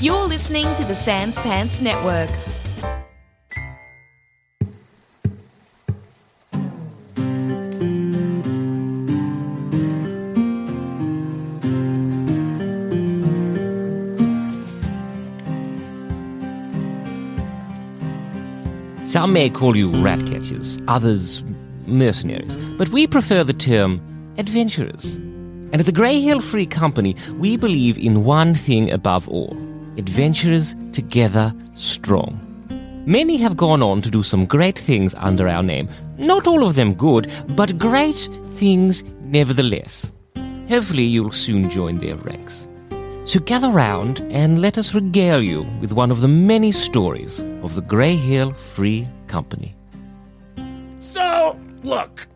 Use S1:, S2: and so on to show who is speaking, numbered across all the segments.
S1: You're listening to the Sans Pants Network.
S2: Some may call you rat catchers, others mercenaries, but we prefer the term adventurers. And at the Grey Hill Free Company, we believe in one thing above all adventurers together strong. Many have gone on to do some great things under our name. Not all of them good, but great things nevertheless. Hopefully, you'll soon join their ranks. So gather round and let us regale you with one of the many stories of the Grey Hill Free Company.
S3: So, look,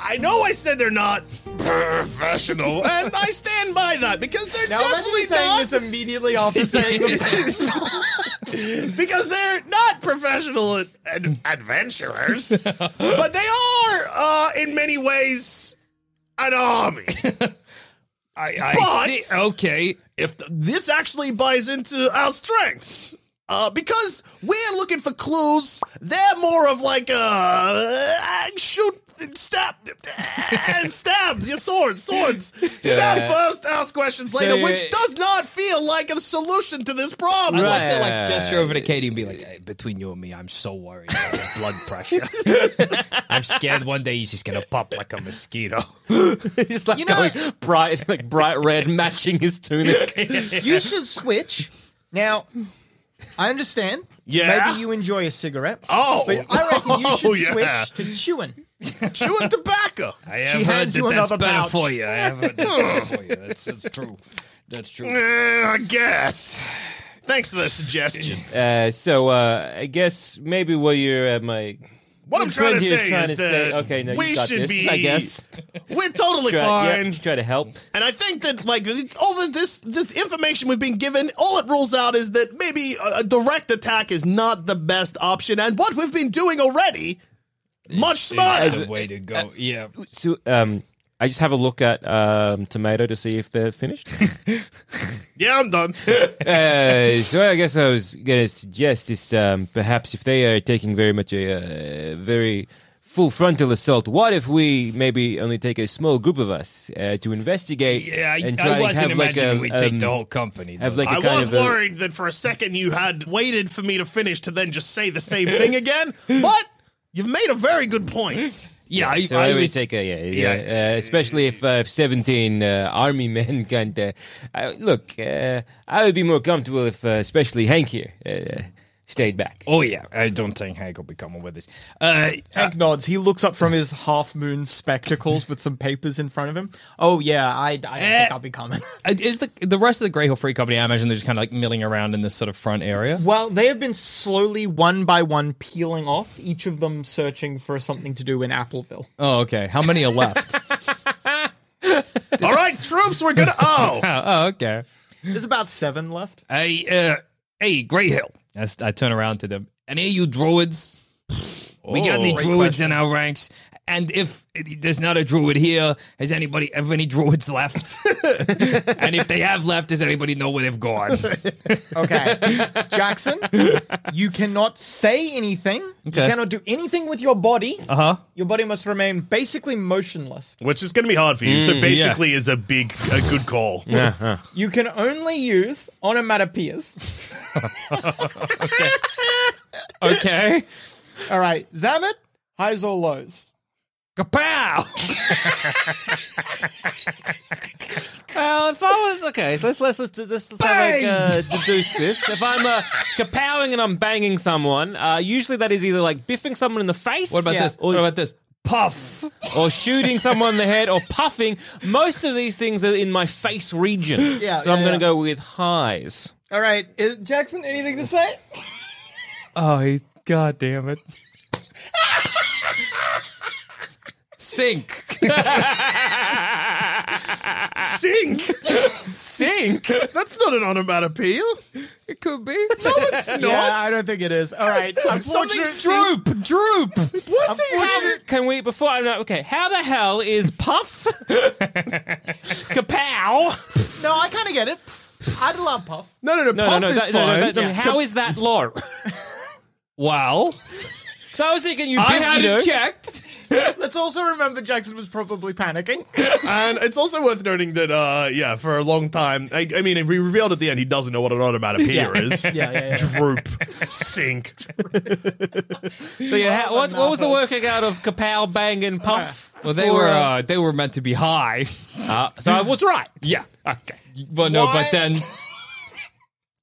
S3: I know I said they're not professional, and I stand by that because they're
S4: Now imagine
S3: definitely
S4: me saying
S3: not.
S4: this immediately after saying the
S3: because they're not professional ad- ad- adventurers, but they are, uh, in many ways, an army.
S5: I, I
S3: But-
S5: see. Okay.
S3: if th- this actually buys into our strengths. Uh, because we're looking for clues, they're more of like uh, uh, shoot, stab, and stab your swords, swords.
S5: Yeah.
S3: Stab first, ask questions later,
S5: you-
S3: which does not feel like a solution to this problem.
S5: I'd like to like gesture over to Katie and be like, hey, between you and me, I'm so worried about your blood pressure. I'm scared one day he's just gonna pop like a mosquito.
S2: He's like
S4: You know-
S2: going bright, like bright red, matching his tunic.
S4: thing. You should switch. Now, I understand.
S3: Yeah?
S4: Maybe you enjoy a cigarette.
S3: Oh,
S4: But I reckon you should
S3: oh, yeah.
S4: switch to chewing.
S3: chewing tobacco.
S5: I have
S4: She
S5: heard
S4: hands
S5: that
S4: you
S5: that's
S4: another
S5: better
S4: pouch.
S5: for you. I have heard that's better for you. That's, that's true. That's true.
S3: Eh, I guess. Thanks for the suggestion.
S2: uh, so uh, I guess maybe what you're uh, my
S3: What I'm
S2: good
S3: trying to
S2: friend here
S3: say
S2: trying
S3: is
S2: to
S3: that
S2: okay, no,
S3: we
S2: you got
S3: should
S2: this,
S3: be-
S2: I guess.
S3: We're totally
S2: Try, yeah,
S3: fine.
S2: try to help.
S3: And I think that like all of this this information we've been given, all it rules out is that maybe a, a direct attack is not the best option. And what we've been doing already, much
S5: That's
S3: smarter.
S5: the way to go. Yeah.
S2: So um, I just have a look at um, tomato to see if they're finished.
S3: Yeah, I'm done.
S2: Uh, so I guess I was gonna suggest is um, perhaps if they are taking very much a uh, very full frontal assault, what if we maybe only take a small group of us uh, to investigate?
S5: Yeah, I,
S2: and try
S5: I
S2: to
S5: wasn't
S2: have like
S5: imagining
S2: a,
S5: we'd take
S2: um,
S5: the whole company.
S2: have
S5: though.
S2: like a
S3: I
S2: kind
S3: was
S2: of a-
S3: worried that for a second you had waited for me to finish to then just say the same thing again, but you've made a very good point.
S5: yeah, I,
S2: So I,
S5: I
S2: would
S5: was
S2: take a yeah,
S5: yeah.
S2: yeah. Uh, especially if uh, if seventeen uh, army men can. Uh, uh, look, uh, I would be more comfortable if, uh, especially Hank here, uh, stayed back.
S5: Oh yeah, I don't think Hank will be coming with us. Uh,
S4: Hank nods. He looks up from his half moon spectacles with some papers in front of him. Oh yeah, I, I don't
S5: Eh.
S4: think I'll be coming.
S5: Uh, Is the the rest of the Grey Hill Free Company? I imagine they're just kind of like milling around in this sort of front area.
S4: Well, they have been slowly one by one peeling off, each of them searching for something to do in Appleville.
S5: Oh, okay. How many are left?
S3: all right, troops, we're gonna oh.
S5: oh, oh, okay.
S4: There's about seven left.
S5: Hey, uh, hey, Grey Hill. I, s- I turn around to them. Any of you druids? we got any
S3: Oh, great
S5: druids in our ranks? And if there's not a druid here, has anybody have any druids left? and if they have left, does anybody know where they've gone?
S4: Okay. Jackson, you cannot say anything.
S5: Okay.
S4: You cannot do anything with your body.
S5: Uh huh.
S4: Your body must remain basically motionless.
S3: Which is gonna be hard for you. so basically is a big a good call.
S4: You can only use onomatopoeias.
S5: Okay.
S4: All right. Zamet, highs or lows?
S5: Kapow!
S2: Well, if I was okay, let's let's let's let's, let's have, like, uh, deduce this. If I'm uh, kapowing and I'm banging someone, uh, usually that is either like biffing someone in the face.
S5: What about
S4: Yeah.
S5: this? What about this? puff.
S2: or shooting someone in the head or puffing. Most of these things are in my face region.
S4: Yeah,
S2: so
S4: yeah,
S2: I'm going
S4: yeah.
S2: to go with highs.
S4: All right, is, Jackson, anything to say?
S5: Oh, he's god damn it. Sink.
S3: Sink.
S2: Sink.
S3: That's not an onomatopoeia.
S5: It could be.
S3: It's not.
S4: Yeah, I don't think it is. All right,
S3: Something
S4: unfortunately,
S3: stroop.
S2: Droop.
S3: What's it?
S2: How the- can we? Before I'm not okay. How the hell is puff? Kapow.
S4: no, I kind of get it. I'd love puff.
S3: No, no, no.
S2: No, no,
S3: Puff
S2: no,
S3: is
S2: that, no,
S3: fine.
S2: no, that- no, How is that law?
S5: Wow.
S2: Because I was thinking you.
S5: I
S2: did,
S5: had
S2: you know,
S5: it checked.
S4: Let's also remember Jackson was probably panicking.
S3: And it's also worth noting that, uh, yeah, for a long time, I, I mean, if we revealed at the end he doesn't know what an onomatopoeia
S4: Yeah.
S3: is.
S4: Yeah, yeah, yeah.
S3: Droop, sink.
S2: So yeah, how, what, what was the working out of kapow, bang, and puff?
S5: Well, they
S2: for,
S5: were uh, they were meant to be high.
S2: uh, so I was right.
S5: Yeah. Okay. But no,
S4: Why?
S5: but then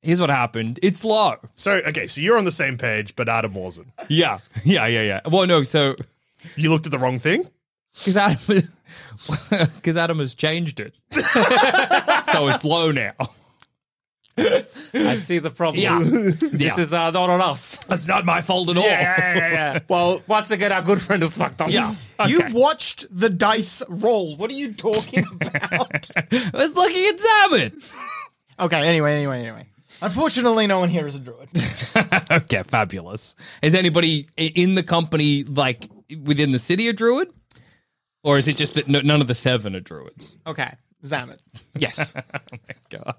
S5: here's what happened. It's low.
S3: So, okay, so you're on the same page, but Adam wasn't.
S5: Yeah. Yeah. Yeah. Yeah. Well, no. So
S3: You looked at the wrong thing.
S5: because Adam because Adam has changed it, so it's low now.
S2: I see the problem.
S5: Yeah.
S2: This
S5: Yeah.
S2: is uh, not on us.
S5: That's not my fault at all.
S2: Well, once again, our good friend has fucked us.
S5: Yeah.
S4: You watched the dice roll. What are you talking about?
S5: I was looking at Zaman.
S4: okay, anyway, anyway, anyway. Unfortunately, no one here is a druid.
S5: Okay, fabulous. Is anybody i- in the company like within the city a druid, or is it just that no, none of the seven are druids?
S4: Okay, Zamet.
S5: Yes. oh my god.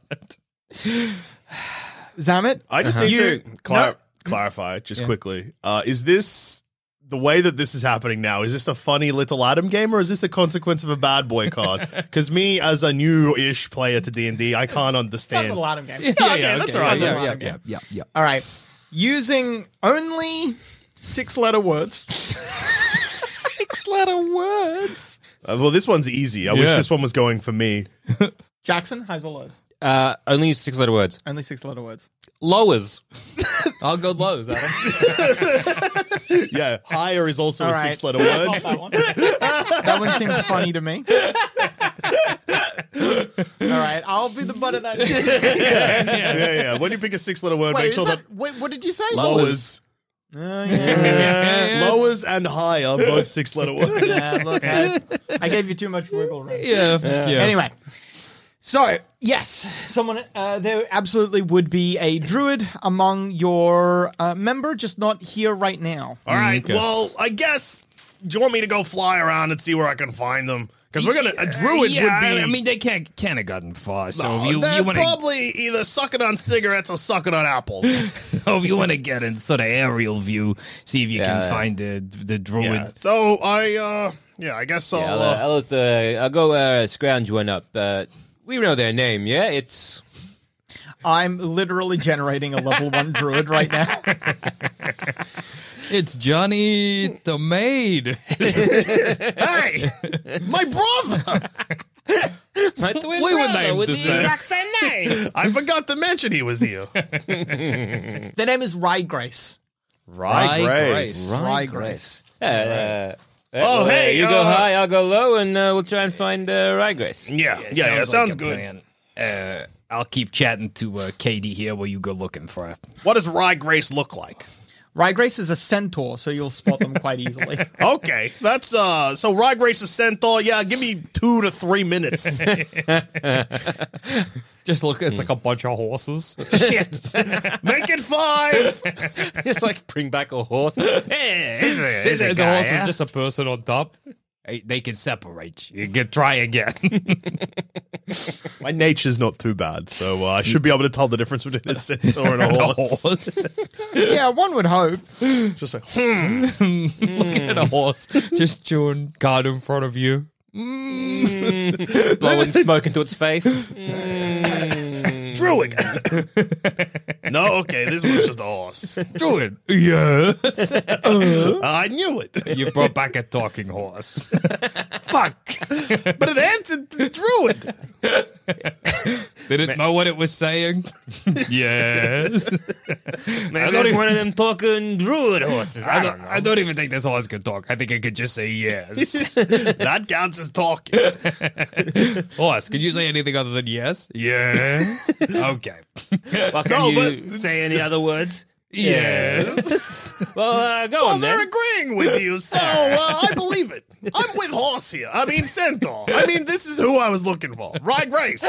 S4: Zamet?
S3: I just need
S4: You-
S3: to clar-
S4: no.
S3: clarify just quickly. Uh, is this the way that this is happening now? Is this a funny little Adam game, or is this a consequence of a bad boy card? Because me, as a new-ish player to D and I can't
S4: Not
S3: understand.
S4: the Latin game.
S3: okay, that's all
S5: yeah,
S3: right.
S5: Yeah,
S4: Yeah,
S5: yeah,
S4: yeah,
S5: yeah, yeah, yeah.
S4: All right. Using only six letter words.
S5: Six letter words.
S3: Uh, well, this one's easy. I wish
S5: Yeah.
S3: this one was going for me.
S4: Jackson, highs or lows?
S2: Uh, only six letter words.
S4: Only six letter words.
S2: Lowers.
S5: I'll go lows, Adam.
S3: Yeah, higher is also
S4: All
S3: a
S4: right.
S3: six-letter word.
S4: Pop that one. that one seems funny to me. All right, I'll be the butt of that. Wait,
S3: yeah, yeah. When you pick a six-letter word, make
S4: is
S3: sure that,
S4: that, wait, what did you say?
S3: lowers,
S4: Oh, yeah.
S3: lowers and higher both six-letter words.
S4: Yeah, look, I, I gave you too much wiggle room.
S5: Yeah. yeah.
S4: Anyway, so yes, someone uh, there absolutely would be a druid among your uh, member, just not here right now.
S3: All right.
S5: Mm, okay.
S3: Well, I guess. Do you want me to go fly around and see where I can find them? Because we're gonna a druid would be.
S5: I mean, they can't can't have gotten far. So
S3: Oh,
S5: if you,
S3: they're
S5: you want to,
S3: probably either sucking on cigarettes or sucking on apples.
S5: if you want to get in sort of aerial view, see if you can
S2: yeah.
S5: find the the druid.
S3: yeah. So I, uh, yeah, I guess I'll.
S6: Oh.
S2: Yeah, I'll,
S3: uh,
S2: uh, I'll, uh, I'll go uh, scrounge one up. Uh, we know their name, yeah? It's.
S4: I'm literally generating a level one druid right now.
S5: It's Johnny the maid.
S3: hey, my brother!
S2: My twin
S5: We were
S2: brother
S5: named
S2: with
S5: the
S2: the
S5: same.
S2: exact same name.
S3: I forgot to mention he was here.
S4: the name is Rygrace.
S3: Right,
S5: Grace.
S4: Rygrace.
S2: Yeah, uh,
S3: Oh,
S2: well, uh,
S3: hey,
S2: You go
S3: uh,
S2: high, I'll go low, and uh, we'll try and find uh, Ryegrass.
S3: Yeah, yeah, yeah. Sounds,
S5: like a
S3: good.
S5: plan. Uh, I'll keep chatting to uh, Katie here while you go looking for her.
S3: What does Rye Grace look like?
S4: Rygrace is a centaur, so you'll spot them quite easily.
S3: Okay, that's uh. So Rye Grace is sent all. Yeah, give me two to three minutes.
S5: Just look, it's like a bunch of horses. Shit.
S3: Make it five.
S2: It's like bring back a horse.
S5: There's a, horse with just a person on top. Hey, They can separate you. You can try again.
S3: My nature's not too bad, so uh, I should be able to tell the difference between a centaur and a horse.
S4: yeah, one would hope.
S3: Just like, hmm.
S5: Look at a horse just chewing card in front of you.
S2: blowing smoke into its face.
S3: Druid. no, okay, this one's just a horse.
S5: Do it. Yes.
S3: I knew it,
S5: you brought back a talking horse. Fuck.
S3: but it answered the druid.
S5: They didn't know what it was saying. yes. I
S6: Maybe
S5: don't
S6: it's
S5: even-
S6: one of them talking druid horses. I
S5: I
S6: don't
S5: don't,
S6: know.
S5: I don't even think this horse could talk. I think it could just say yes.
S3: that counts as talking.
S5: horse, could you say anything other than yes? Yes. okay.
S6: Well, can
S3: No,
S6: you say any other words?
S5: Yes.
S6: Well, uh, go
S3: Well,
S6: on Oh,
S3: they're
S6: then.
S3: agreeing with you, so uh, I believe it. I'm with horse here. I mean centaur. I mean this is who I was looking for. Right race.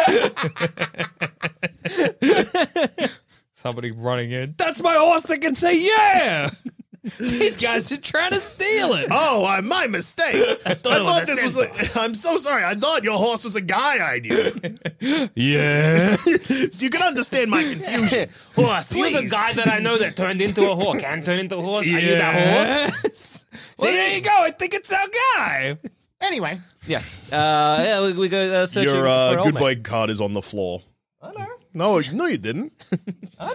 S5: Somebody running in. That's my horse that can say yeah. These guys are trying to steal it.
S3: Oh, I, my mistake. I
S6: thought it was a
S3: this was.
S6: centaur.
S3: Like, I'm so sorry. I thought your horse was a guy. I knew.
S5: Yeah.
S3: So you can understand my confusion.
S6: Horse. You're the
S3: Please.
S6: guy that I know that turned into a horse. Can turn into a horse. Are you that horse?
S5: horse? well, there you go. I think it's our guy.
S4: Anyway,
S2: Yes. Uh, yeah, we, we go uh, searching
S3: Your uh,
S2: for
S3: good
S2: Olmec.
S3: boy card is on the floor. I know. No, no, you didn't.
S4: are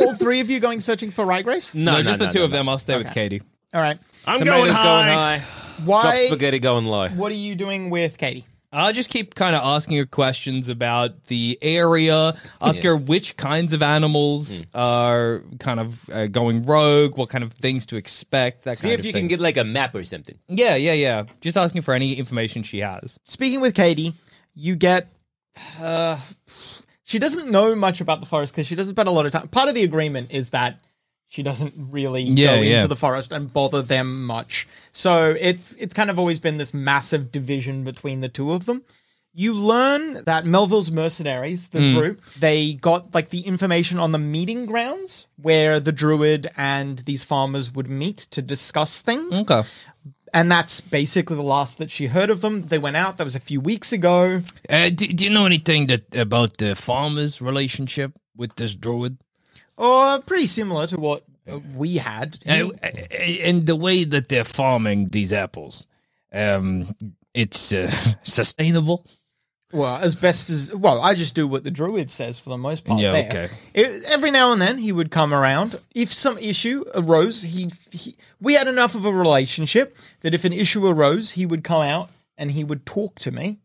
S4: all three of you going searching for right race?
S5: No, just the two of them. I'll stay with Katie.
S4: All right.
S3: I'm
S5: Tomatoes
S3: going high.
S2: Drop
S4: Why?
S2: spaghetti going low.
S4: What are you doing with Katie?
S5: I'll just keep kind of asking her questions about the area, ask her which kinds of animals are kind of uh, going rogue, what kind of things to expect. That
S6: See
S5: kind
S6: if
S5: of
S6: you
S5: thing.
S6: can get like a map or something.
S5: Yeah, yeah, yeah. Just asking for any information she has.
S4: Speaking with Katie, you get. Uh, she doesn't know much about the forest because she doesn't spend a lot of time. Part of the agreement is that she doesn't really
S5: Yeah,
S4: go
S5: yeah.
S4: into the forest and bother them much. So it's it's kind of always been this massive division between the two of them. You learn that Melville's mercenaries, the
S5: Hmm.
S4: group, they got like the information on the meeting grounds where the druid and these farmers would meet to discuss things.
S5: Okay.
S4: And that's basically the last that she heard of them. They went out. That was a few weeks ago.
S5: Uh, do, do you know anything that about the farmer's relationship with this druid?
S4: Or Oh, pretty similar to what uh, we had.
S5: Uh, and the way that they're farming these apples, um, it's uh, sustainable.
S4: Well, as best as well, I just do what the druid says for the most part.
S5: Yeah,
S4: there.
S5: okay.
S4: It- every now and then he would come around. If some issue arose, he, he we had enough of a relationship that if an issue arose, he would come out and he would talk to me.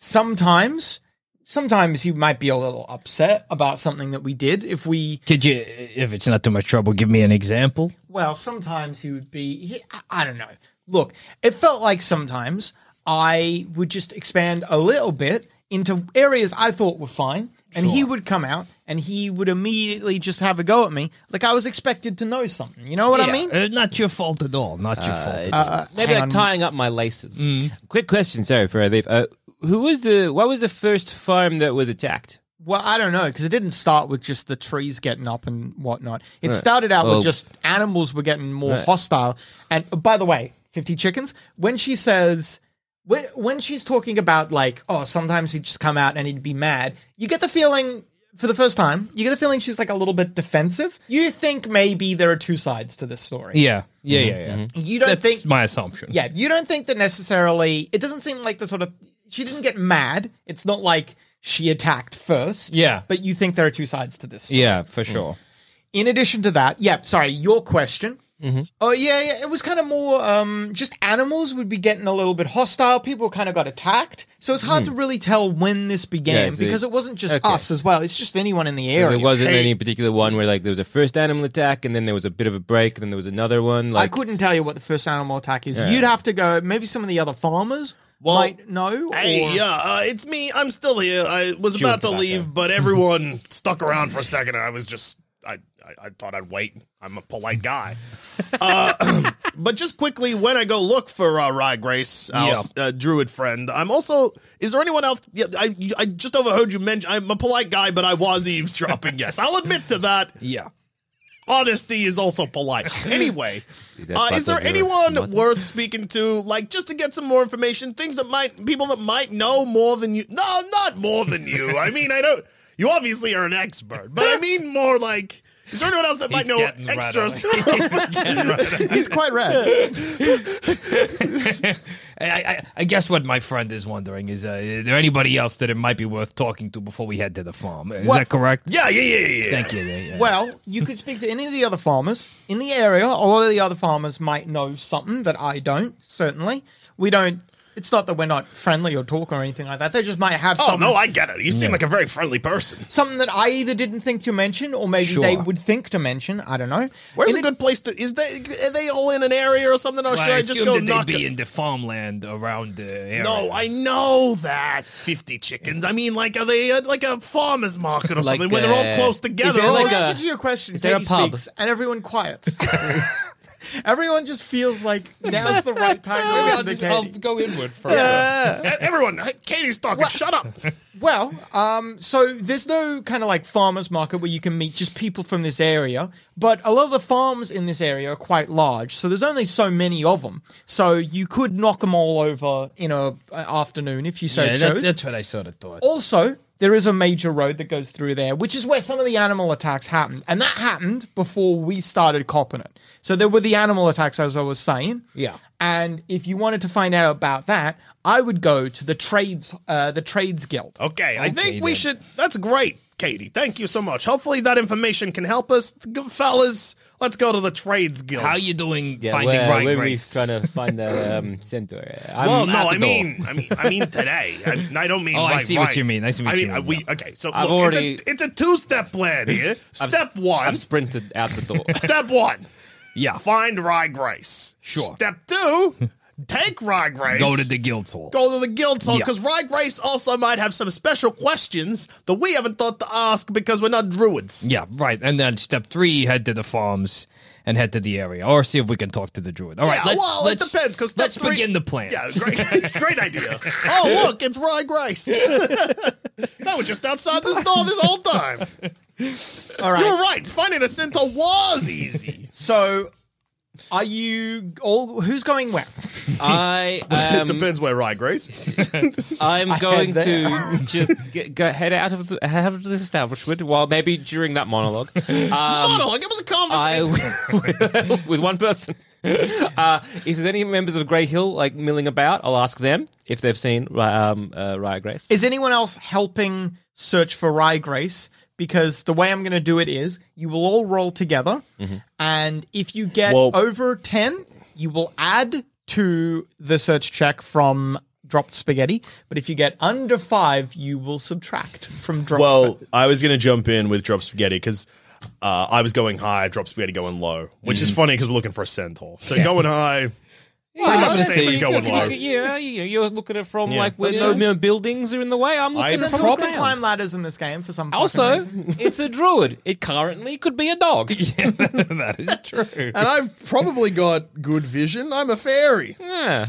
S4: Sometimes, sometimes he might be a little upset about something that we did. If we
S5: Could you, if it's not too much trouble, give me an example?
S4: Well, sometimes he would be. He, I, I don't know. Look, it felt like sometimes I would just expand a little bit into areas I thought were fine, and he would come out and he would immediately just have a go at me, like I was expected to know something. You know what I mean?
S5: uh, not your fault at all. Not
S2: Uh,
S5: your fault.
S2: Maybe like tying up my laces. Quick question, sorry for I leave. Uh, who was the? What was the first farm that was attacked?
S4: Well, I don't know because it didn't start with just the trees getting up and whatnot. It started out
S2: Well-
S4: with just animals were getting more hostile. And oh, by the way, fifty chickens. When she says, when when she's talking about like, oh, sometimes he'd just come out and he'd be mad. You get the feeling for the first time. You get the feeling she's like a little bit defensive. You think maybe there are two sides to this story.
S5: yeah, yeah,
S2: Mm-hmm,
S5: yeah, yeah.
S4: You don't
S5: That's
S4: think
S5: my assumption.
S4: yeah, you don't think that necessarily. It doesn't seem like the sort of. She didn't get mad. It's not like she attacked first.
S5: Yeah.
S4: But you think there are two sides to this.
S5: yeah, for
S2: Mm.
S5: sure.
S4: In addition to that, yeah, sorry, your question.
S2: Mm-hmm.
S4: Oh, yeah, yeah, it was kind of more um, just animals would be getting a little bit hostile. People kind of got attacked. So it's hard to really tell when this began
S2: Hmm. Yeah, so-
S4: because it wasn't just
S2: okay.
S4: us as well. It's just anyone in the
S2: There
S4: area.
S2: wasn't any particular one where like there was a first animal attack, and then there was a bit of a break, and then there was another one.
S4: I
S2: Like
S4: couldn't tell you what the first animal attack is. You'd have to go, maybe some of the other farmers
S3: Well,
S4: might know. or-
S3: Hey, yeah, uh, it's me. I'm still here. I was about to leave, but everyone stuck around for a second, and I was just. I, I, I thought I'd wait. I'm a polite guy. uh, but just quickly, when I go look for uh, Rye Grace, our
S5: Yeah.
S3: uh, druid friend, I'm also. Is there anyone else? Yeah, I, I just overheard you mention. I'm a polite guy, but I was eavesdropping. yes, I'll admit to that.
S5: Yeah.
S3: Honesty is also polite. Anyway,
S2: that
S3: uh, is
S2: butler
S3: there
S2: there
S3: anyone
S2: mutton?
S3: worth speaking to, like just to get some more information? Things that might people that might know more than you. No, not more than you. I mean, I don't. You obviously are an expert, but I mean more like. Is there anyone else that might
S5: He's
S3: know
S5: getting right
S3: extra
S5: on it.
S3: stuff?
S4: He's quite red.
S5: I, I, I guess what my friend is wondering is, uh, is there anybody else that it might be worth talking to before we head to the farm? Is
S4: What-
S5: that correct?
S3: yeah, yeah, yeah, yeah.
S5: Thank you. yeah, yeah.
S4: Well, you could speak to any of the other farmers in the area. A lot of the other farmers might know something that I don't. Certainly, we don't It's not that we're not friendly or talk or anything like that. They just might have
S3: Oh
S4: something,
S3: no, I get it. You seem like a very friendly person.
S4: something that I either didn't think to mention or maybe
S5: Sure.
S4: they would think to mention. I don't know.
S3: Where's
S4: In
S3: a good place to? Is they are they all in an area or something? Or
S6: Well,
S3: should I,
S6: I
S3: just
S6: assume
S3: go
S6: that
S3: knock?
S6: they be
S3: it-
S6: in the farmland around the area.
S3: no, I know that fifty chickens. I mean, like are they at like a farmer's market or
S2: Like,
S3: something where they're all
S2: uh,
S3: close
S2: is
S3: together? Oh,
S2: there
S3: All
S2: like
S4: the
S3: right.
S2: a-
S4: answer to your question,
S2: Is there a
S4: Katie
S2: pub?
S4: speaks and everyone quiets. everyone just feels like now's the right time to
S5: Maybe I'll
S4: listen to
S5: just
S4: Katie.
S5: I'll go inward for
S3: Everyone, Katie's talking. Shut up.
S4: Well, um, so there's no kind of like farmers market where you can meet just people from this area, but a lot of the farms in this area are quite large, so there's only so many of them. So you could knock them all over in a uh, afternoon if you so
S5: Yeah,
S4: chose.
S5: that- that's what I sort of thought.
S3: Oh.
S4: Also, there is a major road that goes through there, which is where some of the animal attacks happened. And that happened before we started copping it. So there were the animal attacks, as I was saying.
S5: Yeah.
S4: And if you wanted to find out about that, I would go to the trades, uh, the trades guild.
S3: Okay, I think we should. That's great, Katie. Thank you so much. Hopefully, that information can help us, G- fellas. Let's go to the trades guild.
S6: How you doing
S2: Yeah,
S6: finding
S2: where,
S6: right
S2: where
S6: grace?
S2: we trying to find the um, center. I'm
S3: well, Oh,
S2: at
S3: no,
S2: the
S3: I
S2: door.
S3: mean, I mean, I mean today. I, mean, I don't mean.
S6: Oh, I
S3: right,
S6: see what
S3: right.
S6: you mean. I see what
S3: I
S6: you
S3: mean.
S6: mean,
S3: uh, We, okay, so
S2: I've
S3: look,
S2: already-
S3: it's a, it's a two-step plan here.
S2: I've-
S3: Step one.
S2: I've sprinted out the door.
S3: step one.
S6: yeah.
S3: Find Rye Grace.
S6: Sure.
S3: Step two. Take Rye Grace.
S6: Go to the guild hall.
S3: Go to the guild hall
S6: Yeah.
S3: because Rye Grace also might have some special questions that we haven't thought to ask because we're not druids.
S6: Yeah, right. And then step three, head to the farms and head to the area, or see if we can talk to the druid. All right,
S3: Yeah,
S6: let's,
S3: well,
S6: let's
S3: it depends. Because
S6: let's begin the plan.
S3: Yeah, great, great idea. Oh, look, it's Rye Grace. that was just outside this door this whole time.
S4: All right.
S3: You're right. Finding a center was easy.
S4: So, are you all? Who's going where?
S2: I
S3: it
S2: um,
S3: depends where Rye Grace.
S2: I'm going
S4: had
S2: to just get, go head out of the, out of this establishment. Well, maybe during that monologue, um,
S3: Monologue. It was a
S2: I
S3: conversation.
S2: will- with one person. Uh, is there any members of Grey Hill like milling about? I'll ask them if they've seen um, uh, Raya Grace.
S4: Is anyone else helping search for Rye Grace? Because the way I'm going to do it is you will all roll together, and if you get
S3: Mm-hmm. Well-
S4: over 10, you will add to the search check from dropped spaghetti. But if you get under five, you will subtract from dropped
S3: Well,
S4: spaghetti.
S3: I was going to jump in with Drop Spaghetti because uh, I was going high, Drop Spaghetti going low, which is funny because we're looking for a centaur. So going high, pretty much the same as going low.
S2: Yeah, you know, you're looking at it from
S3: Yeah.
S2: like where no mere buildings are in the way. I'm
S3: I-
S2: looking
S3: It's
S2: at
S3: a
S2: it from
S4: You
S2: the
S4: can
S2: ground.
S4: climb ladders in this game for some fucking
S2: Also,
S4: reason.
S2: it's a druid. It currently could be a dog.
S6: that is true.
S3: and I've probably got good vision. I'm a fairy.
S2: Yeah.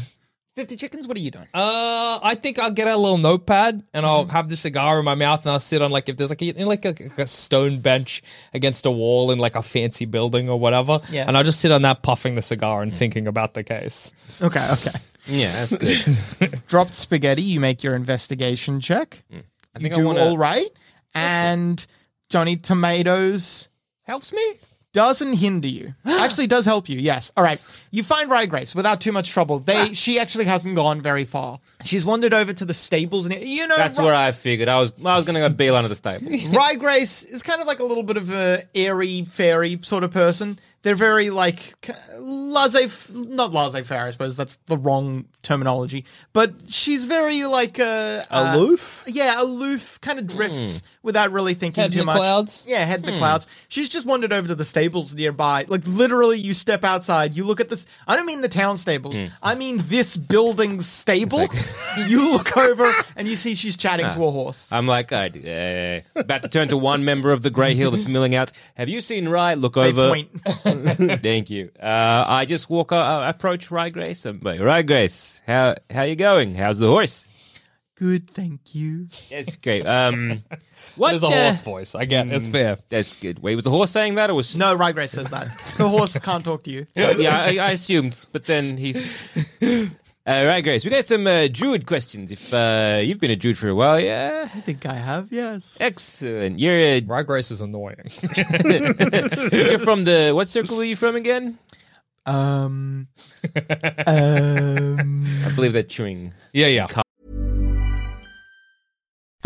S4: 50 chickens, what are you doing?
S5: Uh, I think I'll get a little notepad and I'll
S3: Mm-hmm.
S5: have the cigar in my mouth and I'll sit on like if there's like a, you know, like a, like a stone bench against a wall in like a fancy building or whatever.
S4: Yeah.
S5: And I'll just sit on that puffing the cigar
S3: Mm.
S5: and thinking about the case.
S4: Okay, okay.
S2: Yeah, that's good.
S4: dropped spaghetti, you make your investigation check.
S2: Hmm. I
S4: You
S2: think I
S4: do
S2: want
S4: all
S2: to.
S4: right. And Johnny Tomatoes
S2: Helps me.
S4: doesn't hinder you. actually does help you, yes. All right. You find Rye Grace without too much trouble.
S2: Ah.
S4: They she actually hasn't gone very far. She's wandered over to the stables and you know
S2: That's
S4: Ry-
S2: where I figured. I was I was going to go bail under the stable.
S4: Rye Grace is kind of like a little bit of a airy fairy sort of person. They're very like laissez, not laissez faire. I suppose that's the wrong terminology. But she's very like uh, uh,
S3: Aloof?
S4: yeah, aloof, kind of
S2: Hmm.
S4: drifts without really thinking
S5: Head in
S4: too
S5: the
S4: much.
S5: clouds?
S4: Yeah, head in the clouds. She's just wandered over to the stables nearby. Like literally, you step outside, you look at this. I don't mean the town stables.
S2: Hmm.
S4: I mean this building's stables. you look over and you see she's chatting to
S2: Ah.
S4: a horse.
S2: I'm like, oh, I uh, about to turn to one member of the Grey Hill that's milling out. Have you seen Rye? Look
S4: They
S2: over.
S4: point.
S2: Thank you. Uh, I just walk, uh, approach Rye Grace. and be, Rye Grace, how how you going? How's the horse?
S4: Good, thank you.
S2: That's great. Um, what
S5: That is a
S3: uh,
S2: the-
S5: horse voice. I get it.
S3: mm.
S5: It's fair.
S2: That's good. Wait, was the horse saying that, or was
S4: No, Ryegrass says that. The horse can't talk to you.
S2: yeah, I, I assumed, but then he's. Uh, right, Grace. We got some uh, druid questions. If uh, you've been a druid for a while, yeah,
S4: I think I have, yes.
S2: excellent. You're a,
S5: Ryegrass is annoying.
S2: you're from the what circle are you from again?
S4: Um, um
S2: I believe they're chewing.
S5: yeah, yeah.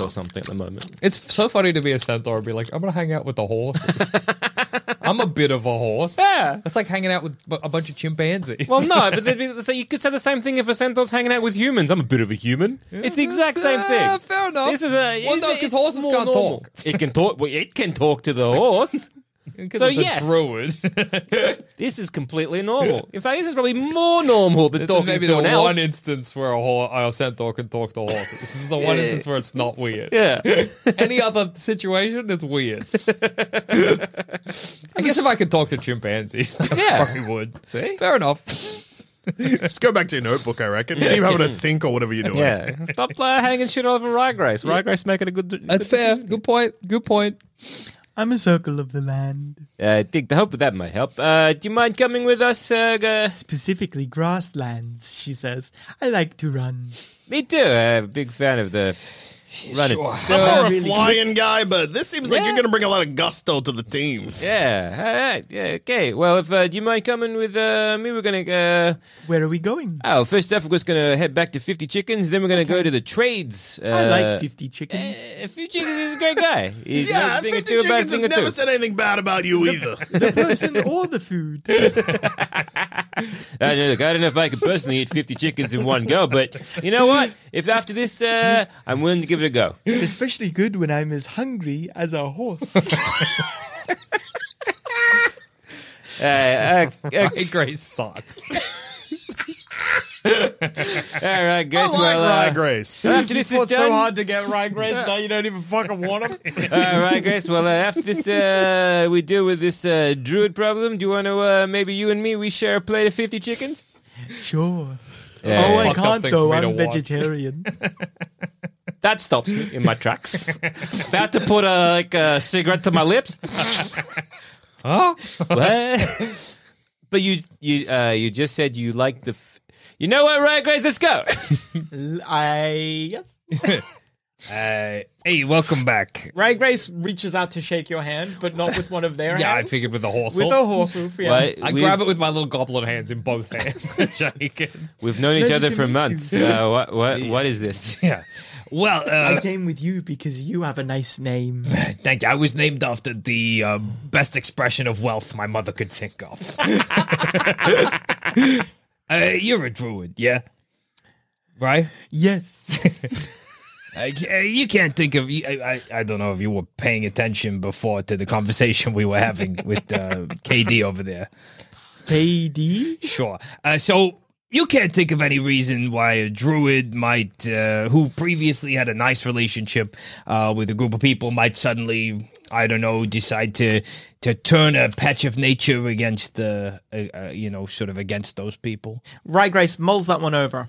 S2: or something at the moment.
S5: It's so funny to be a centaur and be like, I'm gonna hang out with the horses. I'm a bit of a horse.
S2: Yeah.
S5: It's like hanging out with bu- a bunch of chimpanzees.
S2: Well, no, but there'd be- so you could say the same thing if a centaur's hanging out with humans. I'm a bit of a human. It's the exact same thing.
S5: Yeah, fair enough.
S2: This is a
S5: Well,
S2: it-
S5: no, 'cause
S2: it's
S5: horses
S2: more
S5: can't
S2: normal.
S5: talk.
S2: It can talk. Well, it can talk to the horse.
S5: Because
S2: So,
S5: of the
S2: yes.
S5: druid.
S2: this is completely normal. In fact, this is probably more normal than
S5: This is
S2: talking
S5: maybe
S2: to
S5: the
S2: an
S5: one
S2: elf.
S5: instance where a, ho- a centaur can talk to horses. This is the one instance where it's not weird.
S2: yeah.
S5: Any other situation is weird. I guess if I could talk to chimpanzees, I
S2: Yeah.
S5: probably would.
S2: See?
S5: Fair enough.
S3: Just go back to your notebook, I reckon. Keep having a think or whatever you're doing.
S2: Yeah. Stop uh, hanging shit all over Ryegrass. Ryegrass making a good.
S5: That's fair. Good point. Good point.
S4: I'm a circle of the land,
S2: Uh, Dick, I hope that might help. Uh, do you mind coming with us? Uh, g-
S4: specifically grasslands, she says. I like to run.
S2: me too. Uh, big fan of the running.
S3: I'm
S2: So,
S3: more a flying guy, but this seems like you're going to bring a lot of gusto to the team.
S2: yeah. All right. Yeah. Okay. Well, if uh, do you mind coming with uh, me? We're gonna. Uh,
S4: Where are we going?
S2: oh, first off, we're just gonna head back to Fifty Chickens. Then we're gonna go to the trades. Uh,
S4: I like 50 chickens.
S2: eh, Fifty Chickens is a great guy. He's knows
S3: Yeah,
S2: a thing or
S3: 50
S2: two about a
S3: Chickens has
S2: thing or
S3: never
S2: two.
S3: said anything bad about you either.
S4: the person or the food.
S2: I don't, look, I don't know if I could personally eat 50 chickens in one go, but you know what? If after this, uh, I'm willing to give it a go.
S4: Especially good when I'm as hungry as a horse.
S2: Uh, uh, uh,
S5: Hey, Grace sucks.
S2: all right,
S3: I
S2: guys.
S3: like
S2: well,
S3: Rye
S2: uh,
S3: Grace.
S2: after this is done,
S4: to get right grace now you don't even fucking want them.
S2: all right, guys. Well, uh, after this, uh, we deal with this uh, druid problem. Do you want to? Uh, maybe you and me, we share a plate of 50 chickens.
S4: Sure.
S2: Yeah.
S4: oh, I
S5: Fucked up
S4: can't
S5: thing
S4: though.
S5: for me to
S4: I'm
S5: watch.
S4: vegetarian.
S2: That stops me in my tracks. About to put a like a cigarette to my lips.
S5: Huh?
S2: What? but you you uh, you just said you like the. F- you know what, right, Grace? Let's go.
S4: L- I yes.
S6: Uh, hey, welcome back.
S4: Right Grace reaches out to shake your hand, but not with one of their
S5: Yeah, I
S4: hands.
S5: figured with the horse.
S4: with
S5: hoof.
S4: a horse hoof. Yeah.
S2: Right,
S5: I
S2: we've-
S5: grab it with my little goblet hands in both hands and shake it.
S2: We've known each
S4: Pleasure
S2: other
S4: to
S2: for
S4: meet
S2: months.
S4: you.
S2: Uh, what, what, what is this?
S6: Yeah. Well,
S4: I
S6: uh,
S4: came with you because you have a nice name.
S6: thank you. I was named after the uh, best expression of wealth my mother could think of. uh, you're a druid, yeah? Right?
S4: yes.
S6: I, uh, you can't think of. I, I, I don't know if you were paying attention before to the conversation we were having with uh, KD over there.
S4: KD?
S6: Sure. Uh, so you can't think of any reason why a druid might, uh, who previously had a nice relationship uh, with a group of people, might suddenly, I don't know, decide to to turn a patch of nature against, uh, uh, uh, you know, sort of against those people.
S4: Right Grace mulls that one over.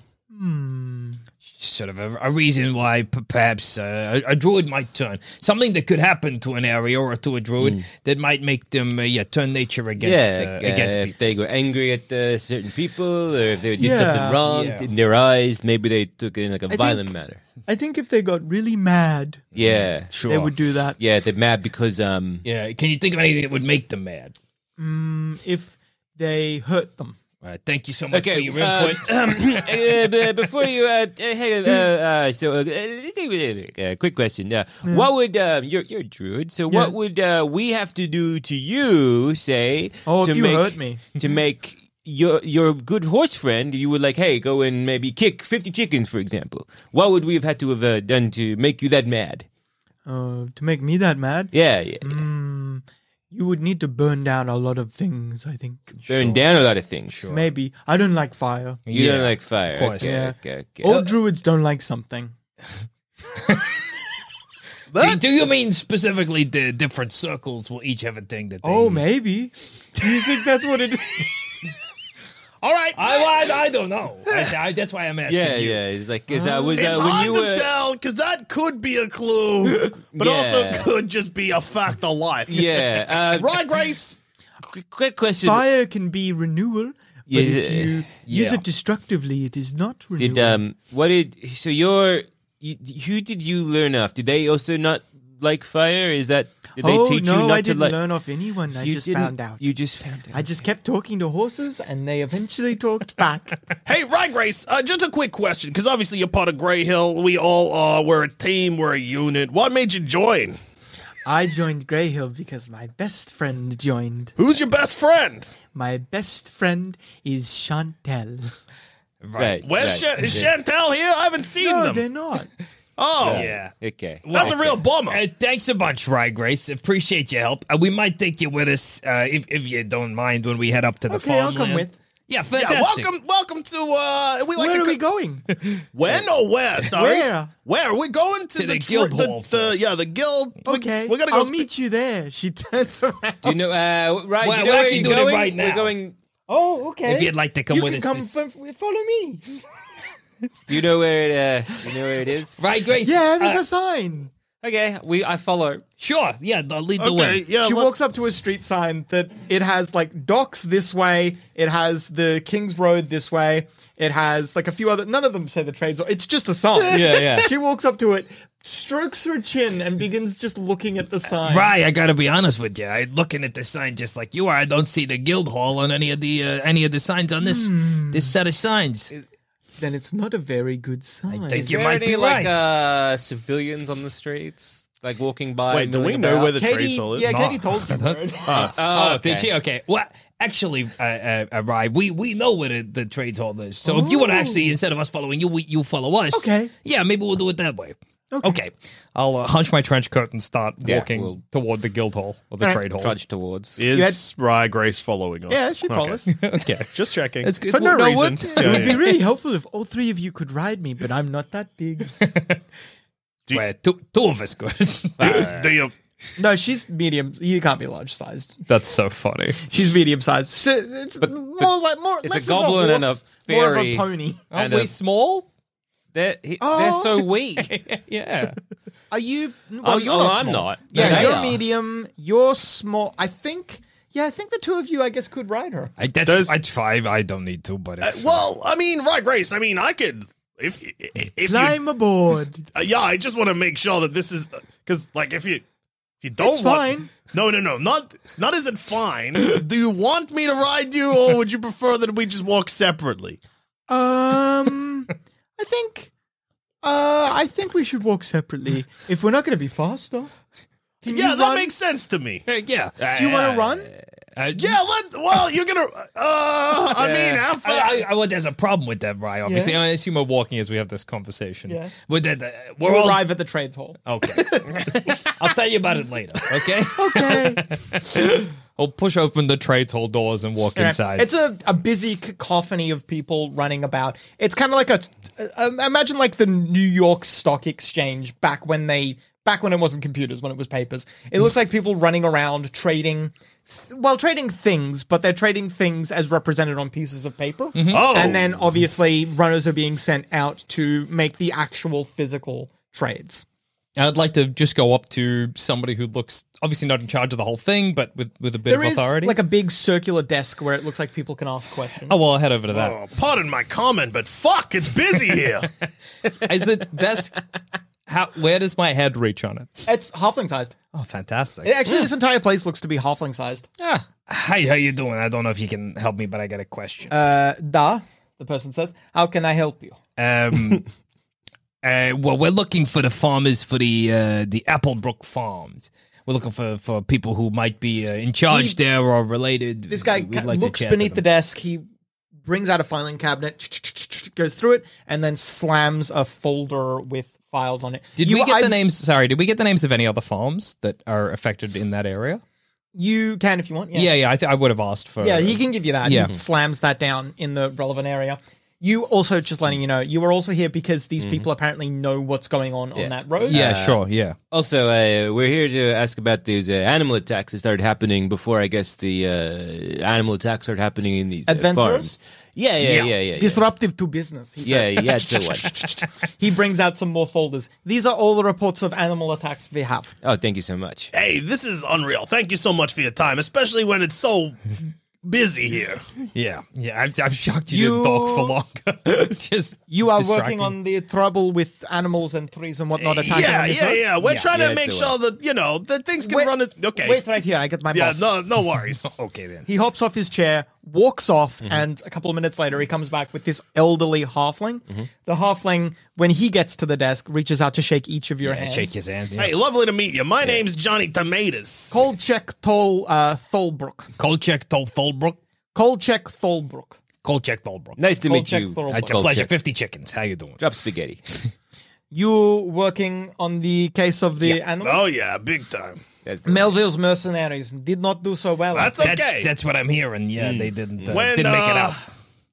S6: sort of a, a reason why p- perhaps uh, a, a druid might turn something that could happen to an area or to a druid that might make them uh, yeah turn nature against uh,
S2: Hmm. yeah,
S6: against
S2: uh,
S6: people.
S2: if they were angry at uh, certain people, or if they did
S4: Yeah.
S2: something wrong
S6: Yeah.
S2: in their eyes, maybe they took it in like a
S4: think-
S2: violent manner.
S4: I think if they got really mad,
S2: Yeah,
S6: Sure.
S4: they would do that.
S2: yeah, they're mad because um,
S6: yeah, can you think of anything that would make them mad?
S4: If they hurt them.
S6: Uh, thank you so much
S2: Okay,
S6: for your
S2: uh,
S6: input.
S2: uh, b- before you, uh, uh, hey, uh, uh, so uh, uh, quick question: uh, What would um, you're you're a druid? So what
S4: Yeah.
S2: would uh, we have to do to you say
S4: Oh,
S2: to
S4: if you
S2: make
S4: hurt me.
S2: to make your your good horse friend? You would like, hey, go and maybe kick fifty chickens, for example. What would we have had to have uh, done to make you that mad?
S4: Uh, to make me that mad,
S2: Yeah, yeah,
S4: Mm,
S2: yeah.
S4: you would need to burn down a lot of things, I think.
S2: burn down a lot of things. Sure.
S4: Maybe. I don't like fire.
S2: You
S6: Yeah,
S2: don't like fire.
S6: course.
S2: Okay,
S4: Yeah.
S2: okay, okay.
S4: All druids don't like something.
S6: do, do you mean specifically the different circles will each have a thing that? They
S4: Oh, maybe. Do you think that's what it is?
S3: All right.
S6: I, I, I don't know. I, I, that's why I'm asking
S2: Yeah,
S6: you.
S2: yeah. It's like is that was
S3: it's
S2: that when
S3: hard
S2: you
S3: to
S2: were
S3: tell because that could be a clue, but
S2: Yeah.
S3: also could just be a fact of life.
S2: yeah. Uh,
S3: Right, Grace.
S2: qu- quick question.
S4: Fire can be renewal, but
S2: Yeah,
S4: if you use
S5: yeah.
S4: it destructively, it is not renewal.
S2: Did um what did so your you, who did you learn of? Did they also not like fire? Is that did they
S4: oh
S2: teach
S4: no,
S2: you not
S4: I didn't
S2: to like?
S4: learn off anyone. I
S2: you
S4: just
S2: didn't-
S4: found out.
S2: You just found out.
S4: I just kept talking to horses, and they eventually talked back.
S3: Hey, right, Grace. Uh, just a quick question because obviously you're part of Grey Hill. We all are. We're a team. We're a unit. What made you join?
S4: I joined Grey Hill because my best friend joined.
S3: Who's your best friend?
S4: My best friend is Chantel.
S2: right.
S3: Where's
S2: right.
S3: Chan- is Chantel here? I haven't seen
S4: No,
S3: them.
S4: they're not.
S3: Oh,
S6: Yeah.
S2: Okay.
S3: that's a real bummer.
S6: Uh, thanks a bunch, Rye Grace. Appreciate your help. Uh, we might take you with us uh, if, if you don't mind when we head up to the
S4: Okay, I'll
S6: farmland.
S4: come with.
S6: Yeah,
S3: yeah,
S6: fantastic.
S3: welcome, welcome to. uh We like to
S4: Where are
S3: co-
S4: we going?
S3: When or where? Sorry,
S4: Where?
S3: Where? We're going to,
S6: To the
S3: tr-
S6: guild
S3: the-
S6: hall
S3: the-
S6: first.
S3: yeah, the guild. We-
S4: Okay,
S3: we're gonna go.
S4: I'll
S3: spe-
S4: meet you there. She turns around.
S2: Do you know? Uh, right.
S6: Well,
S2: do
S6: we're
S2: you know where
S6: actually
S2: you're
S6: doing it
S2: going?
S6: right
S2: We're
S6: now.
S2: going.
S4: Oh, okay.
S6: If you'd like to come
S4: you
S6: with
S4: can
S6: us,
S4: come
S6: this-
S4: f- follow me.
S2: Do you know where it? Uh, do you know where it is?
S6: Rye Grace.
S4: Yeah, there's
S6: uh,
S4: a sign.
S2: Okay. We. I follow.
S6: Sure. Yeah, I'll lead the
S3: okay,
S6: way.
S3: yeah.
S4: she
S3: let-
S4: walks up to a street sign that it has like docks this way, it has the King's Road this way, it has like a few other. None of them say the trades. It's just a sign.
S5: Yeah, yeah.
S4: She walks up to it, strokes her chin, and begins just looking at the sign.
S6: Rye, I gotta be honest with you. I looking at the sign just like you are. I don't see the guild hall on any of the uh, any of the signs on this
S4: Hmm.
S6: this set of signs.
S4: Then it's not a very good sign.
S6: think
S2: Is
S6: You
S2: there
S6: might
S2: any
S6: be
S2: like
S6: right.
S2: uh, civilians on the streets, like walking by?
S3: Wait, do
S2: milling
S3: we know
S2: about?
S3: where the
S4: Katie,
S3: trade hall is?
S4: yeah, Katie told you. Murray.
S6: Ah,
S2: Oh, okay.
S6: Did she? Okay. Well, actually, uh, uh, uh, Rye, we we know where the, the trades hall is. So if you would actually, instead of us following you, we, you follow us.
S4: Okay.
S6: Yeah, maybe we'll do it that way. Okay. I'll uh, hunch my trench coat and start
S2: Yeah,
S6: walking
S2: we'll-
S6: toward the guild hall or the
S4: All right.
S6: trade hall.
S2: Trudge towards.
S3: Is Rye Grace following us?
S4: yeah, she
S3: Okay.
S4: follows.
S6: Okay.
S3: Just checking.
S5: It's good.
S3: For no,
S5: No,
S3: reason.
S5: what-
S3: Yeah,
S4: It would
S3: yeah.
S4: be really helpful if all three of you could ride me, but I'm not that big.
S6: Well, two, two of us good.
S3: Do- do you-
S4: No, she's medium. You can't be large sized.
S6: That's so funny.
S4: She's medium sized. So it's more like more.
S2: it's
S4: less
S2: a goblin
S4: of
S2: and a
S4: a horse, more of a
S2: fairy.
S4: pony.
S2: And,
S5: Aren't Oh,
S6: uh,
S5: we
S2: um,
S5: small?
S2: They're, he, they're
S4: Oh.
S2: so weak.
S5: Yeah.
S4: Are you? Well,
S2: I'm-
S4: you're
S2: oh,
S4: not
S2: I'm
S4: small.
S2: not.
S4: Yeah,
S2: They
S4: you're
S2: are.
S4: medium. You're small. I think. Yeah, I think the two of you, I guess, could ride her.
S6: I, that's,
S3: Does-
S6: that's five. I don't need to, but
S3: Uh,
S6: if,
S3: well, I mean, Rye Grace. I mean, I could if if, if you.
S4: Climb aboard.
S3: Uh, yeah, I just want to make sure that this is because, like, if you if you don't
S4: It's
S3: want-
S4: fine.
S3: No, no, no. Not not is it fine? Do you want me to ride you, or would you prefer that we just walk separately?
S4: Um, I think. Uh, I think we should walk separately if we're not going to be faster. Can
S3: yeah,
S4: you
S3: that
S4: run?
S3: makes sense to me.
S6: Uh, yeah.
S4: Do you want to run?
S6: Uh,
S3: Yeah, let. Well, you're gonna. Uh, I mean, how far?
S6: I, I, I, well, there's a problem with that, Rye. Obviously, I assume we're walking as we have this conversation.
S4: Yeah.
S6: But that, that- we're
S4: We'll
S6: all
S4: arrive at the trades hall.
S6: okay. I'll tell you about it later. Okay.
S4: Okay.
S5: I'll push open the trade hall doors and walk
S4: Yeah.
S5: inside.
S4: It's a, a busy cacophony of people running about. It's kind of like a, um, imagine like the New York Stock Exchange back when they back when it wasn't computers, when it was papers. It looks like people running around trading, well, trading things, but they're trading things as represented on pieces of paper.
S3: Oh.
S4: Mm-hmm. and then obviously runners are being sent out to make the actual physical trades.
S5: I'd like to just go up to somebody who looks obviously not in charge of the whole thing, but with, with a bit
S4: There
S5: of
S4: is
S5: authority.
S4: like a big circular desk where it looks like people can ask questions.
S5: oh well, I'll head over to that.
S3: Oh, pardon my comment, but fuck, it's busy here.
S6: Oh.
S5: Is the desk? How? Where does my head reach on it?
S4: It's halfling sized.
S5: Oh, fantastic!
S4: Actually, this entire place looks to be halfling sized.
S5: Ah,
S6: Hi, how you doing? I don't know if you can help me, but I got a question.
S4: Uh, da, the person says, how can I help you?
S6: Um, uh, well, we're looking for the farmers for the uh, the Applebrook Farms. We're looking for, for people who might be uh, in charge there or related.
S4: This guy
S6: We'd
S4: ca-
S6: like to
S4: looks
S6: chat to
S4: beneath the
S6: them.
S4: desk. He brings out a filing cabinet, goes through it, and then slams a folder with files on it.
S5: did
S4: You-
S5: we get
S4: I-
S5: the names? Sorry, did we get the names of any other farms that are affected in that area?
S4: You can if you want. Yeah.
S5: Yeah, yeah. I, th- I would have asked for.
S4: Yeah, he can give you that.
S5: Yeah.
S4: He slams that down in the relevant area. You also, just letting you know, you are also here because these people apparently know what's going on on that road.
S5: Yeah, sure. Yeah.
S2: Also, uh, we're here to ask about these uh, animal attacks that started happening before, I guess, the uh, animal attacks started happening in these uh,
S4: Adventurers?
S2: farms. Yeah, yeah, yeah, yeah. yeah.
S4: Disruptive to business. He
S2: Yeah,
S4: says.
S2: yeah, so what?
S4: He brings out some more folders. These are all the reports of animal attacks we have.
S2: Oh, thank you so much.
S3: Hey, this is unreal. Thank you so much for your time, especially when it's so busy here.
S6: Yeah, yeah. I'm, I'm shocked you,
S4: You-
S6: didn't talk for long. Just
S4: You are
S6: distracting.
S4: working on the trouble with animals and trees and whatnot attacking
S3: yeah,
S4: on this
S3: yeah,
S4: road?
S3: yeah. We're
S2: Yeah.
S3: trying
S2: Yeah,
S3: to make
S2: do
S3: sure that you know that things can
S4: Wait-
S3: run. It, okay.
S4: Wait right here. I get my
S3: yeah.
S4: boss.
S3: No. No worries.
S6: Okay then.
S4: He hops off his chair, walks off,
S3: Mm-hmm.
S4: and a couple of minutes later, he comes back with this elderly halfling.
S3: Mm-hmm.
S4: The halfling, when he gets to the desk, reaches out to shake each of your hands.
S6: Shake his hand. Yeah.
S3: Hey, lovely to meet you. My name's Johnny Tomatoes.
S4: Kolchek Tol uh, Tholbrook.
S6: Kolchak Tol Tholbrook.
S4: Kolchek Tholbrook.
S6: Kolchak Tholbrook.
S2: Nice to meet
S4: check
S2: you.
S4: for a-
S6: It's a
S2: Cold
S6: pleasure.
S2: check.
S6: Fifty chickens. How you doing?
S2: Drop spaghetti.
S4: You working on the case of the animal?
S3: Oh yeah, big time.
S2: That's the-
S4: Melville's mercenaries did not do so well.
S3: That's
S6: That's
S3: okay.
S6: that's what I'm hearing.
S4: Hmm.
S6: Yeah, they didn't uh,
S3: When,
S6: didn't make it
S3: uh,
S6: out.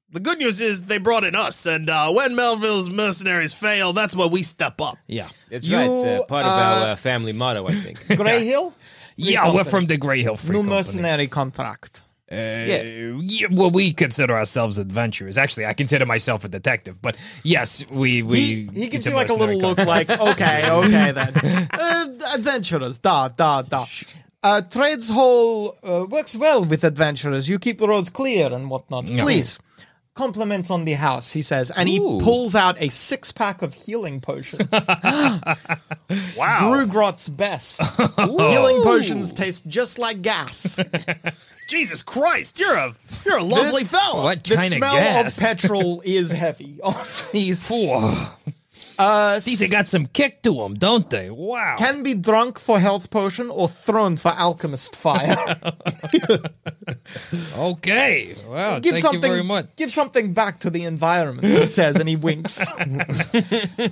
S3: The good news is they brought in us, and uh, when Melville's mercenaries fail, that's where we step up.
S6: Yeah.
S2: That's
S4: You,
S2: right. Uh, part of our
S4: uh,
S2: uh, family motto, I think.
S4: Grey Hill?
S6: Yeah, we're from the Grey Hill Free
S4: New
S6: Company.
S4: mercenary contract.
S2: Yeah.
S6: Uh, yeah, well, we consider ourselves adventurers. Actually, I consider myself a detective, but yes, we we.
S4: He, he
S6: it's
S4: gives
S6: a
S4: you like a little
S6: mercenary
S4: look
S6: company.
S4: like, okay, okay then. Uh, adventurers, da, da, da. Uh, Trades Hall uh, works well with adventurers. You keep the roads clear and whatnot. Please. Compliments on the house, he says, and he
S2: Ooh.
S4: pulls out a six pack of healing potions.
S3: Wow.
S4: Grugrot's best. Healing potions taste just like gas.
S3: Jesus Christ, you're a you're a lovely fella.
S6: What
S4: The
S6: kind of
S4: smell
S6: gas?
S4: of petrol is heavy Oh, on these.
S6: Phew.
S4: Uh,
S6: These have got some kick to them, don't they? Wow.
S4: can be drunk for health potion or thrown for alchemist fire.
S6: okay. Wow.
S4: give
S6: thank
S4: something,
S6: you very much.
S4: give something back to the environment. He says, and he winks.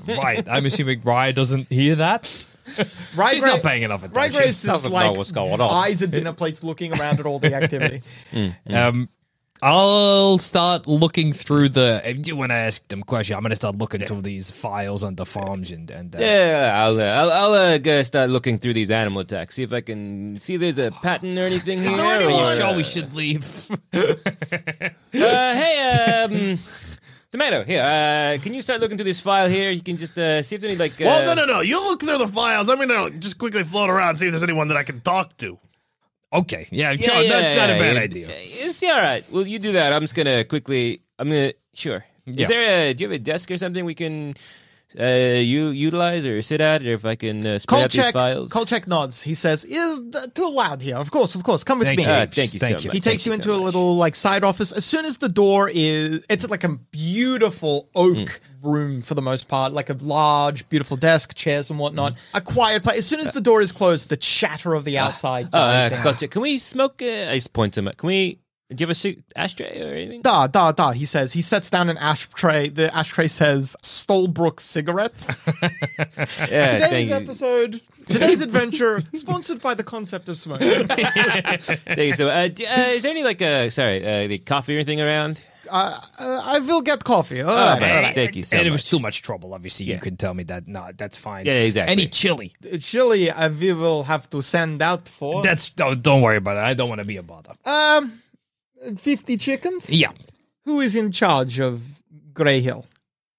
S6: Right. I'm assuming Rye doesn't hear that.
S4: Right,
S6: She's not paying enough attention.
S4: Right, Grace
S6: She
S4: is
S2: doesn't know
S4: like
S2: what's going on.
S4: eyes at dinner plates, looking around at all the activity.
S6: Um, I'll start looking through the. When I ask them questions, I'm going to start looking through these files on the farms and and. Uh,
S2: Yeah, I'll uh, I'll, I'll uh, go start looking through these animal attacks. See if I can see there's a pattern or uh, anything. Is
S6: Are you sure we should leave?
S2: Uh, hey, um, tomato. Here, uh, can you start looking through this file here? You can just uh, see if there's any like. Uh,
S3: Well, no, no, no. You look through the files. I'm gonna just quickly float around and see if there's anyone that I can talk to.
S6: Okay. Yeah.
S2: Yeah,
S6: sure,
S2: yeah,
S6: that's not
S2: yeah,
S6: a bad
S2: yeah.
S6: idea.
S2: It's yeah, all right. Well, you do that. I'm just gonna quickly. I'm gonna sure.
S6: Yeah.
S2: Is there a? Do you have a desk or something we can? Uh, you utilize or sit at, or if I can uh, spread out these
S4: Kolchak,
S2: files.
S4: Kolchak nods. He says, "Is th- too loud here? Of course, of course. Come with
S6: Thank
S4: me."
S6: you.
S2: Uh, thank you so
S6: Thank you.
S2: much.
S4: He
S2: Thank
S4: takes you
S2: you
S4: into
S2: so
S4: a
S2: much.
S4: little like side office. As soon as the door is, it's like a beautiful oak
S6: Hmm.
S4: room for the most part, like a large, beautiful desk, chairs and whatnot.
S6: Hmm.
S4: A quiet place. As soon as the door is closed, the chatter of
S6: Ah.
S4: the outside.
S2: Oh,
S4: dies
S2: uh,
S4: down.
S2: gotcha. Can we smoke? Uh, I just point to him. Can we? Do you have a su- ashtray or anything?
S4: Da da da, he says. He sets down an ashtray. The ashtray says Stolbrook cigarettes.
S2: Yeah,
S4: Today's
S2: thank you.
S4: episode, today's adventure, sponsored by the concept of smoke. Uh,
S2: Thank you so much. Uh, do, uh, is there any like uh, sorry, uh, the coffee or anything around?
S4: Uh, I will get coffee. All
S2: Oh,
S4: right,
S2: man.
S4: all right.
S2: Thank you so
S6: and it
S2: much.
S6: was too much trouble, obviously,
S2: Yeah.
S6: you could tell me that. No, that's fine.
S2: Yeah, exactly.
S6: Any chili?
S4: Chili, uh, we will have to send out for.
S6: That's oh, don't worry about it. I don't want to be a bother.
S4: Um, 50 chickens?
S6: Yeah.
S4: Who is in charge of Grey Hill?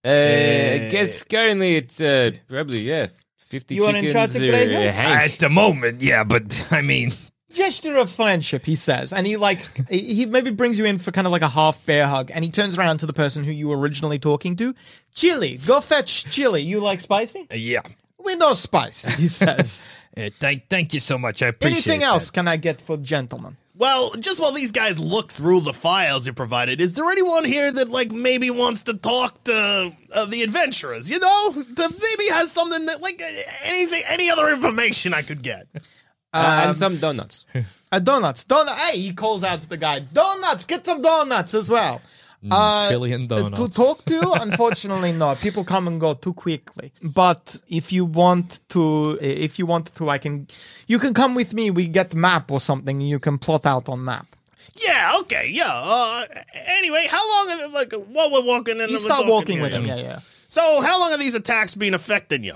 S2: Uh, I guess currently it's uh, probably yeah, fifty
S4: You are in
S2: chickens
S4: charge of
S2: or
S4: Grey Hill?
S2: uh, Hank.
S6: At the moment, yeah, but I mean,
S4: Gesture of friendship, he says. And he, like, he he maybe brings you in for kind of like a half bear hug. And he turns around to the person who you were originally talking to. Chili, go fetch chili. You like spicy?
S6: yeah.
S4: We know spice, he says.
S6: Uh, thank, thank you so much. I appreciate
S4: Anything
S6: that.
S4: else can I get for gentlemen?
S3: Well, just while these guys look through the files you provided, is there anyone here that like maybe wants to talk to uh, the adventurers? You know, that maybe has something that like uh, anything, any other information I could get.
S2: Uh, and some donuts.
S4: Uh, donuts. Donut. Hey, he calls out to the guy. Donuts. Get some donuts as well. Uh,
S6: chili and
S4: uh,
S6: Mm, donuts.
S4: To talk to, unfortunately, no. People come and go too quickly. But if you want to, if you want to, I can. You can come with me. We get map or something. You can plot out on map.
S3: Yeah, okay, yeah. Uh, anyway, how long? Are, the- like, while we're walking, and
S4: You
S3: we're
S4: start
S3: talking
S4: walking
S3: here,
S4: with
S3: yeah.
S4: him. Yeah, yeah.
S3: So, how long are these attacks been affecting you?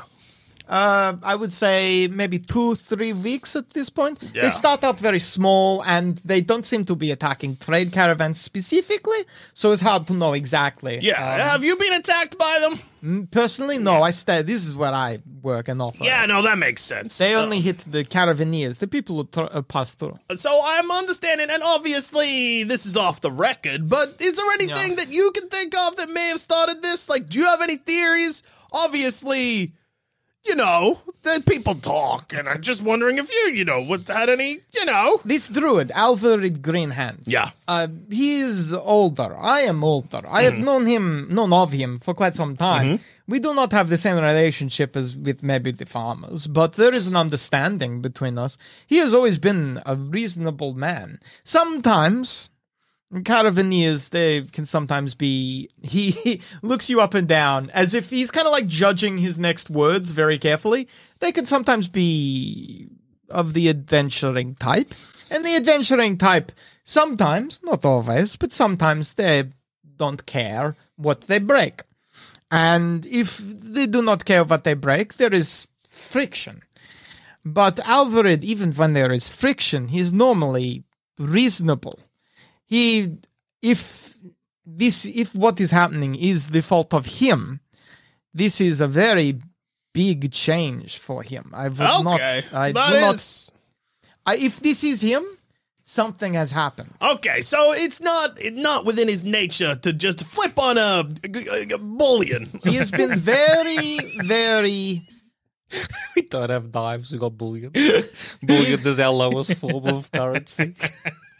S4: uh, I would say maybe two, three weeks at this point.
S3: Yeah.
S4: They start out very small and they don't seem to be attacking trade caravans specifically, so it's hard to know exactly. Um,
S3: Yeah. Have you been attacked by them?
S4: Personally, no, I stay. This is where I work and operate.
S3: Yeah, no, that makes sense.
S4: They
S3: Uh,
S4: only hit the caravaneers, the people who tr- uh, pass through.
S3: so I'm understanding, and obviously this is off the record, but is there anything that you can think of that may have started this? Like, do you have any theories? Obviously, you know, the people talk, and I'm just wondering if you, you know, would had any, you know.
S4: This druid, Alfred Greenhands.
S3: Yeah.
S4: Uh, he is older. I am older. I have known him, known of him for quite some time. We do not have the same relationship as with maybe the farmers, but there is an understanding between us. He has always been a reasonable man. Sometimes, Caravaneers, they can sometimes be. He, he looks you up and down as if he's kind of like judging his next words very carefully. They can sometimes be of the adventuring type. And the adventuring type, sometimes, not always, but sometimes they don't care what they break. And if they do not care what they break, there is friction. But Alvarid, even when there is friction, he's normally reasonable he if this if what is happening is the fault of him this is a very big change for him i would not
S3: Okay.
S4: i
S3: that
S4: do not
S3: is-
S4: I, if this is him something has happened
S3: Okay, so it's not it not within his nature to just flip on a, a, a bullion.
S4: he has been very very
S7: We don't have knives, we got bullion. bullion is our lowest form of currency.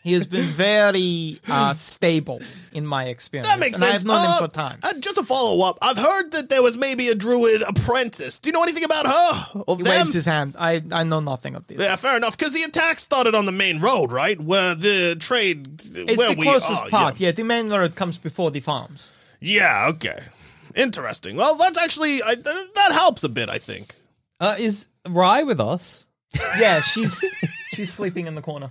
S4: he has been very uh, stable in my experience
S3: That makes
S4: and
S3: sense.
S4: i've known
S3: Uh,
S4: him for time
S3: uh, just a follow up. I've heard that there was maybe a druid apprentice. Do you know anything about her? Or
S4: he
S3: them?
S4: waves his hand i i know nothing of this
S3: yeah, fair enough. Because the attack started on the main road, right? Where the trade.
S4: it's
S3: where
S4: the
S3: we
S4: closest
S3: are,
S4: part
S3: Yeah.
S4: yeah. the main road comes before the farms
S3: Yeah, okay. Interesting. Well, that's actually. I, th- that helps a bit, I think.
S5: Uh, is Rye with us?
S4: yeah she's she's sleeping in the corner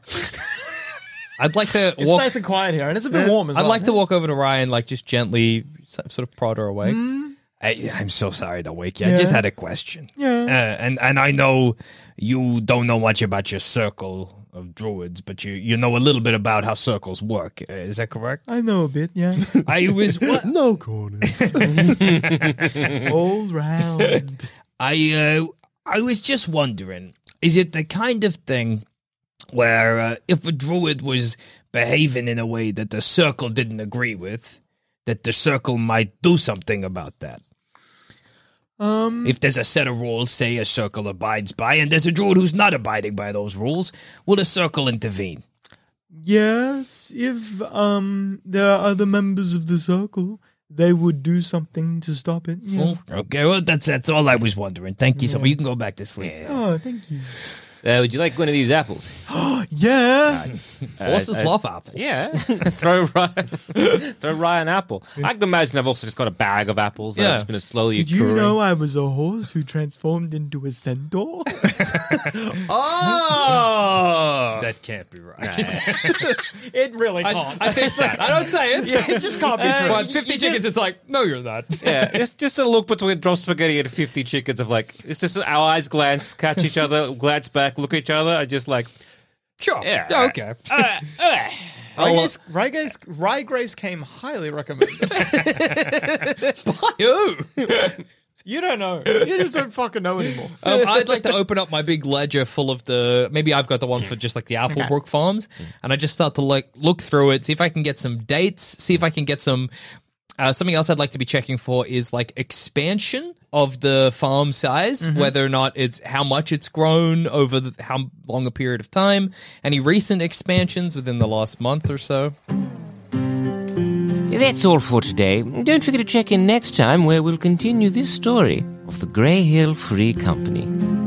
S5: I'd like to
S4: It's
S5: walk.
S4: nice and quiet here, and it's a bit warm as
S5: I'd
S4: well.
S5: like to walk over to Rye and like just gently so- sort of prod her away.
S6: Hmm? I, I'm so sorry to wake you. I just had a question. Yeah. Uh, and and I know you don't know much about your circle of druids, but you you know a little bit about how circles work. Uh, is that correct?
S4: I know a bit, yeah.
S6: I was
S3: No corners.
S4: All round.
S6: I uh, I was just wondering, is it the kind of thing where uh, if a druid was behaving in a way that the circle didn't agree with, that the circle might do something about that?
S4: Um,
S6: If there's a set of rules, say a circle abides by, and there's a druid who's not abiding by those rules, will the circle intervene?
S4: yes, if um there are other members of the circle, they would do something to stop it. Yeah.
S6: Okay, well that's that's all I was wondering. Thank you so much. You can go back to sleep.
S4: Oh, thank you.
S2: Uh, would you like one of these apples?
S4: Yeah.
S5: Horses love apples.
S2: Yeah. throw Ryan, throw Ryan an apple. I can imagine I've also just got a bag of apples. Yeah.
S5: Yeah.
S2: That's been slowly
S4: Did you
S2: accruing.
S4: know I was a horse who transformed into a centaur?
S3: oh!
S6: That can't be right.
S4: it really
S5: I, I fix that. I don't say it. Uh,
S4: it just can't be true.
S5: But 50 chickens is like, no, you're not.
S2: yeah, it's just a look between drop spaghetti and 50 chickens of like, it's just our eyes glance, catch each other, glance back, look at each other, and just like,
S5: Sure.
S2: Yeah.
S5: Yeah, okay.
S2: uh, uh.
S4: Ryegrace, Ryegrace, Ryegrace came highly recommended.
S5: Ew.
S4: you don't know. You just don't fucking know anymore.
S5: Um, I'd like to open up my big ledger full of the. Maybe I've got the one for just like the Applebrook farms, and I just start to like look through it, see if I can get some dates, see if I can get some. Uh, something else I'd like to be checking for is like expansion of the farm size,
S4: Mm-hmm.
S5: whether or not it's how much it's grown over the, how long a period of time, any recent expansions within the last month or so.
S2: That's all for today. Don't forget to check in next time where we'll continue this story of the Grey Hill Free Company.